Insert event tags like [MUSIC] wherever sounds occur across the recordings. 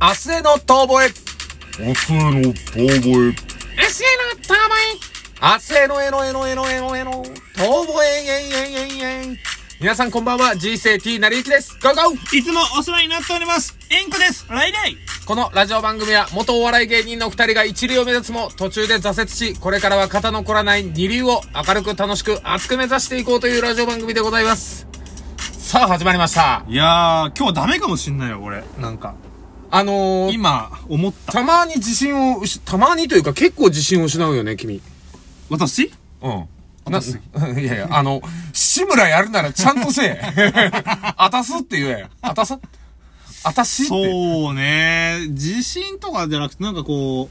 明日への遠吠え。明日への遠吠え。明日への遠吠え。明日へのえのえのえのえのえの。遠吠え、えいえいえいえい。皆さんこんばんは、人生 T なりゆきです。ゴーゴーいつもお世話になっております。エンコです。来来。このラジオ番組は元お笑い芸人の二人が一流を目指すも途中で挫折し、これからは肩の凝らない二流を明るく楽しく熱く目指していこうというラジオ番組でございます。さあ始まりました。いやー、今日ダメかもしんないよ、俺。なんか。あのー、今、思った。たまに自信を失、たまにというか結構自信を失うよね、君。私うん。な、 [LAUGHS] いやいや、あの、志村やるならちゃんとせえ。 [LAUGHS] あたすって言え。あたすあたしって。そうね。自信とかじゃなくて、なんかこ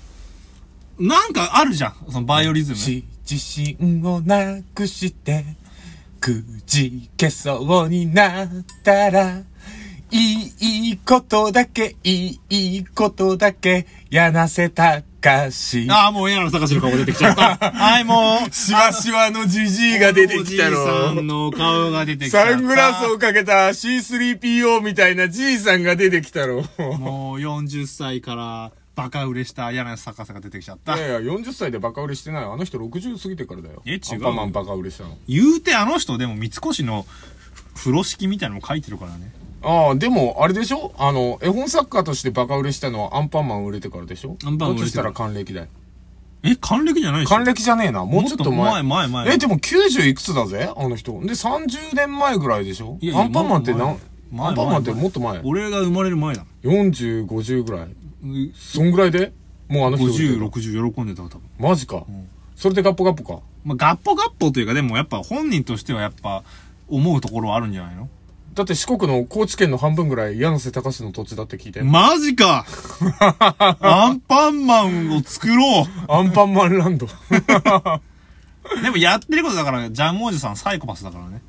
う、なんかあるじゃん。そのバイオリズム。し自信をなくして、くじけそうになったら、いいことだけ、いいことだけ、柳瀬隆し。ああ、もう柳野隆の顔出てき [LAUGHS] ちゃった。はい、もう。しわしわのじじいが出てきたおじいさろん。の顔が出てきちゃっサた。ングラスをかけた C3PO みたいなじいさんが出てきたろ。もう40歳からバカ売れした柳野隆が出てきちゃっいた。やいや、40歳でバカ売れしてない。あの人60過ぎてからだよ。え違うアンパンマンバカ売れしたの。言うてあの人でも三越の風呂敷みたいなのも書いてるからね。ああ、でも、あれでしょあの、絵本作家としてバカ売れしたのはアンパンマン売れてからでしょアンパンマン売だとれしてたからら還暦だよ。え、還暦じゃないでしょ還暦じゃねえな。もうちょっと前。もっと前前前え、でも90いくつだぜあの人。で、30年前ぐらいでしょいやいやアンパンマンってなもっと、前アンパンマンって前前もっと前。俺が生まれる前だ40、50ぐらい。もん。そんぐらいでもうあの人売れてる。 50、60喜んでたわ、多分。マジか。それでガッポガッポか。まあ、ガッポガッポというか、でもやっぱ本人としてはやっぱ、思うところはあるんじゃないのだって四国の高知県の半分ぐらい柳瀬隆の土地だって聞いて。マ [LAUGHS] ジかアンパンマンを作ろアンパンマンランド。うでもやってることだから、ジャムおじさんサイコパスだからね。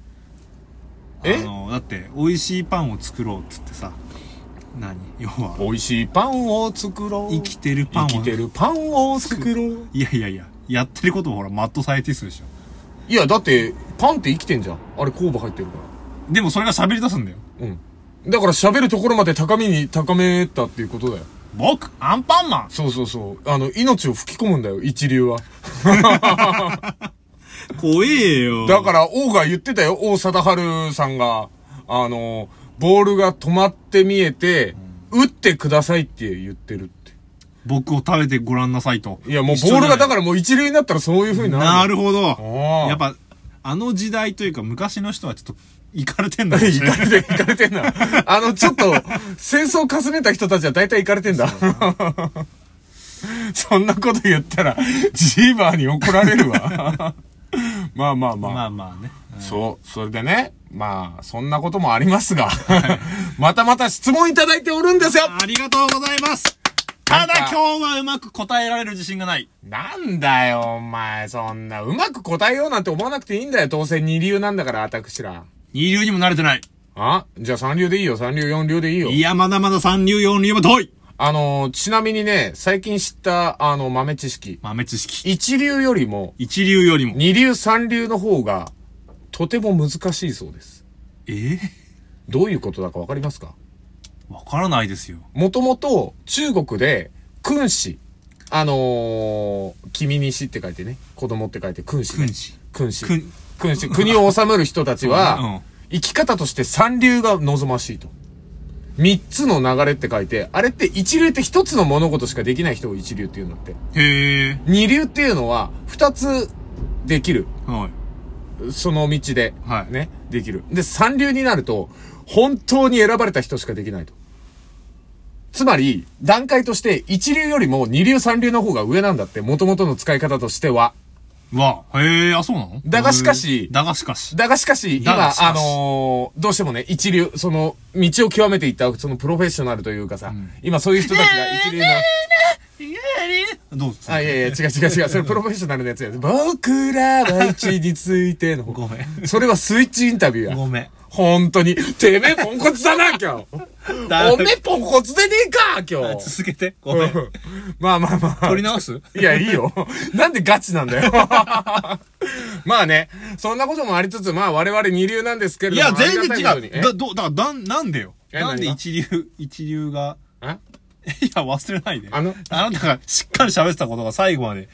えあの、だって、美味しいパンを作ろうっつってさ、何要は、美味しいパンを作ろう。生きてるパンを。生きてるパンを作ろう。いやいやいや、やってることはほら、マッドサイエンティストでしょ。いや、だって、パンって生きてんじゃん。あれ、酵母入ってるかでもそれが喋り出すんだよ。ら。うん。だから喋るところまで高みに高めたっていうことだよ。僕、アンパンマンそうそうそう。あの、命を吹き込むんだよ、一流は。怖えよ。だから、王が言ってたよ、王貞治さんが。あの、ボールが止まって見えて、打ってくださいって言ってるって。僕を食べてごらんなさいと。。いや、もうボールがだかららもう一流になったらそういう風になる。なるほど。ーやっぱ、あの時代というか昔の人はちょっと、いかれてんだ行かれて、行かれてんな。あの、ちょっと、戦争をかすめた人たちは大体行かれてんだ。 [LAUGHS] そんなこと言ったら、ジーバーに怒られるわ。まあまあまあ。まあまあね。そう、それでね、まあ、そんなこともありますが、 [LAUGHS] またまた質問いただいておるんですよありがとうございます。たなんだか今日はうまく答えられる自信がない。なんだよ、お前、そんな、うまく答えようなんて思わなくていいんだよ、当然二流なんだから、私ら。二流にも慣れてない。あじゃあ三流でいいよ、三流、四流でいいよ。いや、まだまだ三流、四流も遠い。あの、ちなみにね、最近知った、あの、豆知識。豆知識。一流よりも、一流よりも。二流三流の方が、とても難しいそうです。ええどういうことだかわかりますかわからないですよ。もともと、中国で、君子。あのー、君にしって書いてね。子供って書いて、君子、ね。君子。君子。君君子。国を治める人たちそうねは、生き方として三流が望ましいと。三つの流れって書いて、あれって一流って一つの物事しかできない人を一流って言うんだって。へえ。二流っていうのは、二つできる。はい。その道で。はいね。できる。で、三流になると、本当に選ばれた人しかできないと。つまり、段階として、一流よりも二流三流の方が上なんだって、元々の使い方としては。わ、へえ、あ、そうなのだがしかしへーだがしかし。だがしかし、今、だがしかしあのーどうしてもね、一流、その、道を極めていった、そのプロフェッショナルというかさ、今そういう人たちが一流 [LAUGHS] の、どうぞ。あ、いやいや、違う違う違う、それプロフェッショナルのやつや。僕らは一についての方ごめん。それはスイッチインタビューや。ごめん。本当に。てめえポンコツだな、今日。だおめえポンコツでねえか、今 [LAUGHS] 日。続けて。ごめん。まあまあまあ。取り直すいや、いいよ。なんでガチなん [LAUGHS] だよ。まあね、そんなこともありつつ、まあ我々二流なんですけれいども。や、全ありがたいこと然違にう。だ、ど、だから、だん、なんでよ。えなんで何が一流、一流が、 [LAUGHS] えんいや、忘れないで。あのあなたがしっかり喋ってたことが最後まで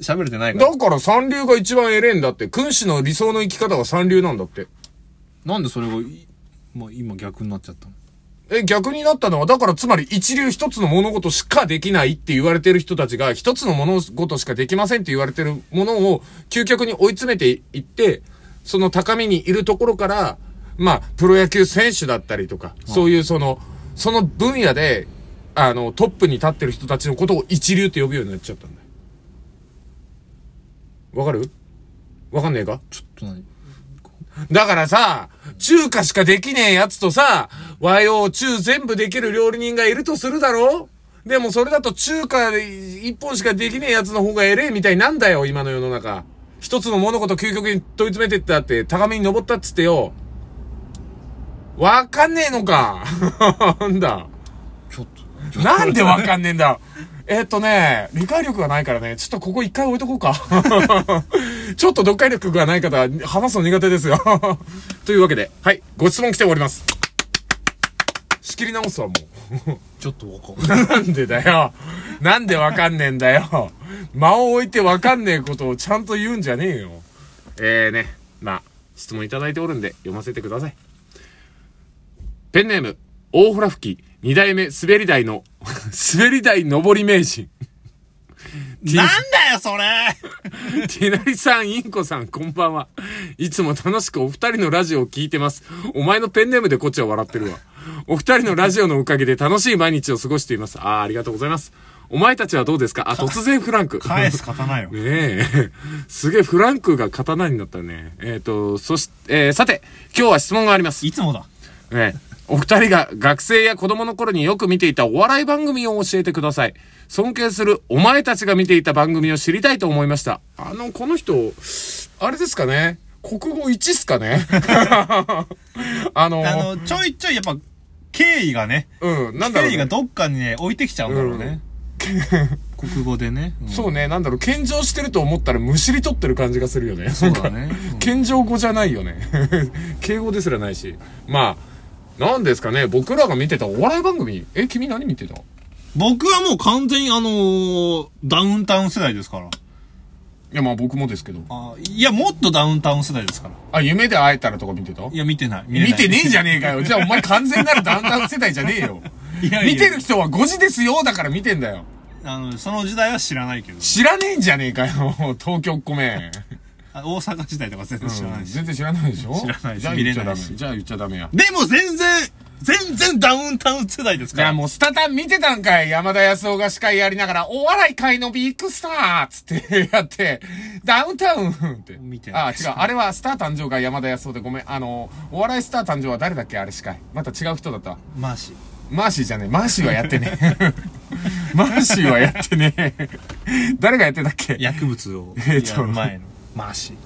喋れてないから。だから三流が一番偉いんだって。君子の理想の生き方が三流なんだって。なんでそれがい、まあ、今逆になっちゃったのえ、逆になったのは、だからつまり一流一つの物事しかできないって言われてる人たちが、一つの物事しかできませんって言われてるものを、究極に追い詰めていって、その高みにいるところから、まあ、プロ野球選手だったりとか、そういうその、その分野で、あの、トップに立ってる人たちのことを一流って呼ぶようになっちゃったんだよ。わかるわかんねえかちょっと何だからさ、中華しかできねえやつとさ、和洋中全部できる料理人がいるとするだろでもそれだと中華で一本しかできねえやつの方が偉いみたいなんだよ、今の世の中。一つの物事究極に問い詰めてったって、高みに登ったっつってよ。わかんねえのか。 [LAUGHS] なんだ。ちょっと。 [LAUGHS] なんでわかんねえんだえっとね、理解力がないからね、ちょっとここ一回置いとこうか。 [LAUGHS] ちょっと読解力がない方、話すの苦手ですよ。 [LAUGHS] というわけで、はい、ご質問来ております。仕切り直すわ、もちょっとわう。[LAUGHS] なかんない。んでだよ。なんでわかんねえんだよ。間を置いてわかんねえことをちゃんと言うんじゃねえよ。えーね、まあ、質問いただいておるんで、読ませてください。ペンネーム、大ほら吹き、二代目滑り台の、 [LAUGHS] 滑り台上り名人。なんだよ、それティナリさん、インコさん、こんばんは。いつも楽しくお二人のラジオを聞いてます。お前のペンネームでこっちは笑ってるわ。お二人のラジオのおかげで楽しい毎日を過ごしています。あーありがとうございます。お前たちはどうですかあ、突然フランク。返す刀よ。 [LAUGHS] ねえ。すげえ、フランクが刀になったね。えっ、と、そし、えーさて、今日は質問があります。いつもだ。ねえ、お二人が学生や子供の頃によく見ていたお笑い番組を教えてください。尊敬するお前たちが見ていた番組を知りたいと思いました。あの、この人、あれですかね国語1っすかね [LAUGHS] あの、あの、ちょいちょいやっぱ、敬意がね、うん、なんだろ敬う、意がね。どっかにね、置いてきちゃうんだろうね。 [LAUGHS] 国語でね。うんそうね、なんだろう、献上してると思ったらむしり取ってる感じがするよね。そうだね。うん謙譲語じゃないよね。 [LAUGHS] 敬語ですらないし。まあ、なんですかね、僕らが見てたお笑い番組。え、君何見てたい僕はもう完全にあのー、ダウンタウン世代ですから。や、まあ僕もですけど。あいや、もっとダウンタウン世代ですから。あ、夢で会えたらとか見てたいや、見てない。見れない見てねえじゃねえか [LAUGHS] よ。じゃあお前完全なるダウンタウン世代じゃねえよ。いやいや見てる人は5時ですよだから見てんだよ。 [LAUGHS] あの、その時代は知らないけど。知らねえんじゃねえかよ。東京っ子め。あ大阪時代とか全然知らないし。全然知らないでしょ知らないしじゃあ言っちゃダ見れなメいし。じゃあ言っちゃダメや。でも全然、全然ダウンタウン世代ですいから。や、もうスタタン見てたんかい。山田康夫が司会やりながら、お笑い界のビッグスターっつって [LAUGHS] やって、ダウンタウンって。見てあ、ない違う。あれはスター誕生が山田康夫でごめん。あの、お笑いスター誕生は誰だっけあれ司会。また違う人だったわ。マーシー。マーシーじゃねえ。マーシーはやってね [LAUGHS] え。マーシーはやってねえ。誰がやってたっけ薬物を [LAUGHS] えやっとる前の。マーシー。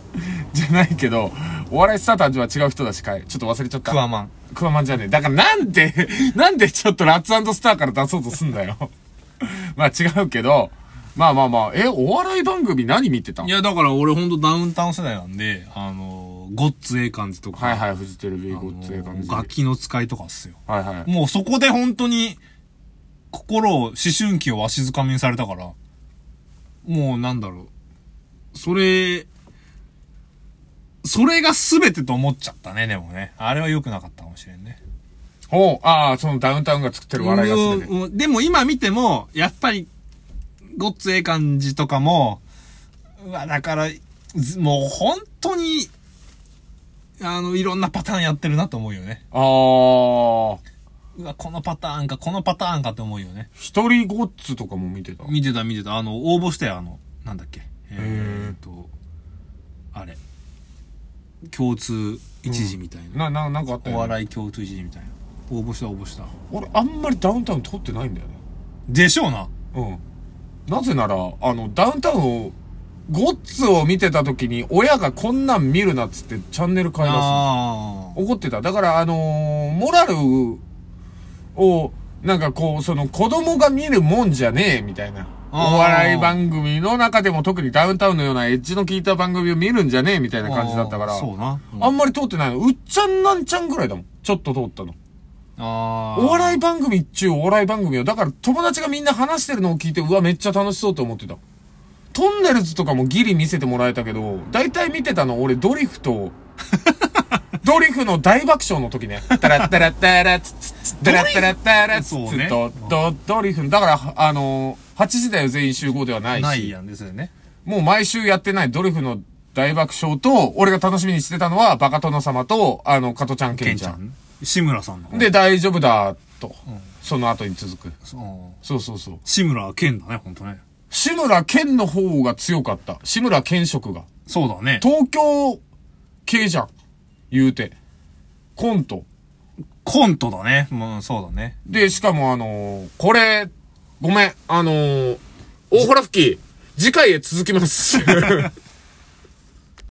じゃないけど、お笑いスター誕生は違う人だしかい。ちょっと忘れちゃった。クワマン。クワマンじゃねえ。だからなんで、 [LAUGHS] なんでちょっとラッツスターから出そうとすん [LAUGHS] だよ。まあ違うけど、まあまあまあ、え、お笑い番組何見てたいや、だから俺ほんとダウンタウン世代なんで、あのー、ごっつええ感じとか。はいはい、フジテレビごっつええ感じ。は楽器の使いとかっすよ。いはい。もうそこで本当に、心を、思春期をわしづかみにされたから、もうなんだろう。それ、それが全てと思っちゃったね、でもね。あれは良くなかったかもしれんね。ほう、ああ、そのダウンタウンが作ってる笑いが全て。うんうんでも今見ても、やっぱり、ごっつええ感じとかも、うわ、だから、ずもう本当に、あの、いろんなパターンやってるなと思うよね。ああ、うわ、このパターンか、このパターンかって思うよね。一人ごっつとかも見てた。見てた見てたあの応募したよあのなんだっけえー、っとあれ共通一時みたいな、な、な、なんかあったよ、ね。お笑い共通一時みたいな応募した応募した俺、あんまりダウンタウン撮ってないんだよね。でしょうなうん。なぜなら、あの、ダウンタウンを、ゴッツを見てた時に、親がこんなん見るなっつってチャンネル変えます。ああ怒ってた。だから、あのーモラルを、なんかこう、その子供が見るもんじゃねえ、みたいな。おあー笑い番組の中でも特にダウンタウンのようなエッジの効いた番組を見るんじゃねえ、みたいな感じだったから。そうな、うんあんまり通ってないの。うっちゃんなんちゃんぐらいだもん。ちょっと通ったの。あーお笑い番組っちゅうお笑い番組よ。だから友達がみんな話してるのを聞いて、うわ、めっちゃ楽しそうと思ってた。トンネルズとかもギリ見せてもらえたけど、大体見てたの俺ドリフ [LAUGHS] と、ドリフの大爆笑の時ね。タラッタラッタラッツッツッタラッタラッタラッツそうねッと、ド、ドリフ、だから、あのー、8時だよ全員集合ではないし。ないやんですよね。もう毎週やってないドリフの大爆笑と、俺が楽しみにしてたのはバカ殿様と、あの、加トちゃんケケンンちちゃゃん。ん。志村さんの。で、、大丈夫だ、と。んその後に続く。そう。そうそうそう。志村けんだね、ほんとね。志村けんの方が強かった。志村けん色が。そうだね。東京系じゃん。言うて。コント。コントだね。うん、そうだね。で、しかもあのーこれ、ごめん、あのー大原吹き、次回へ続きます。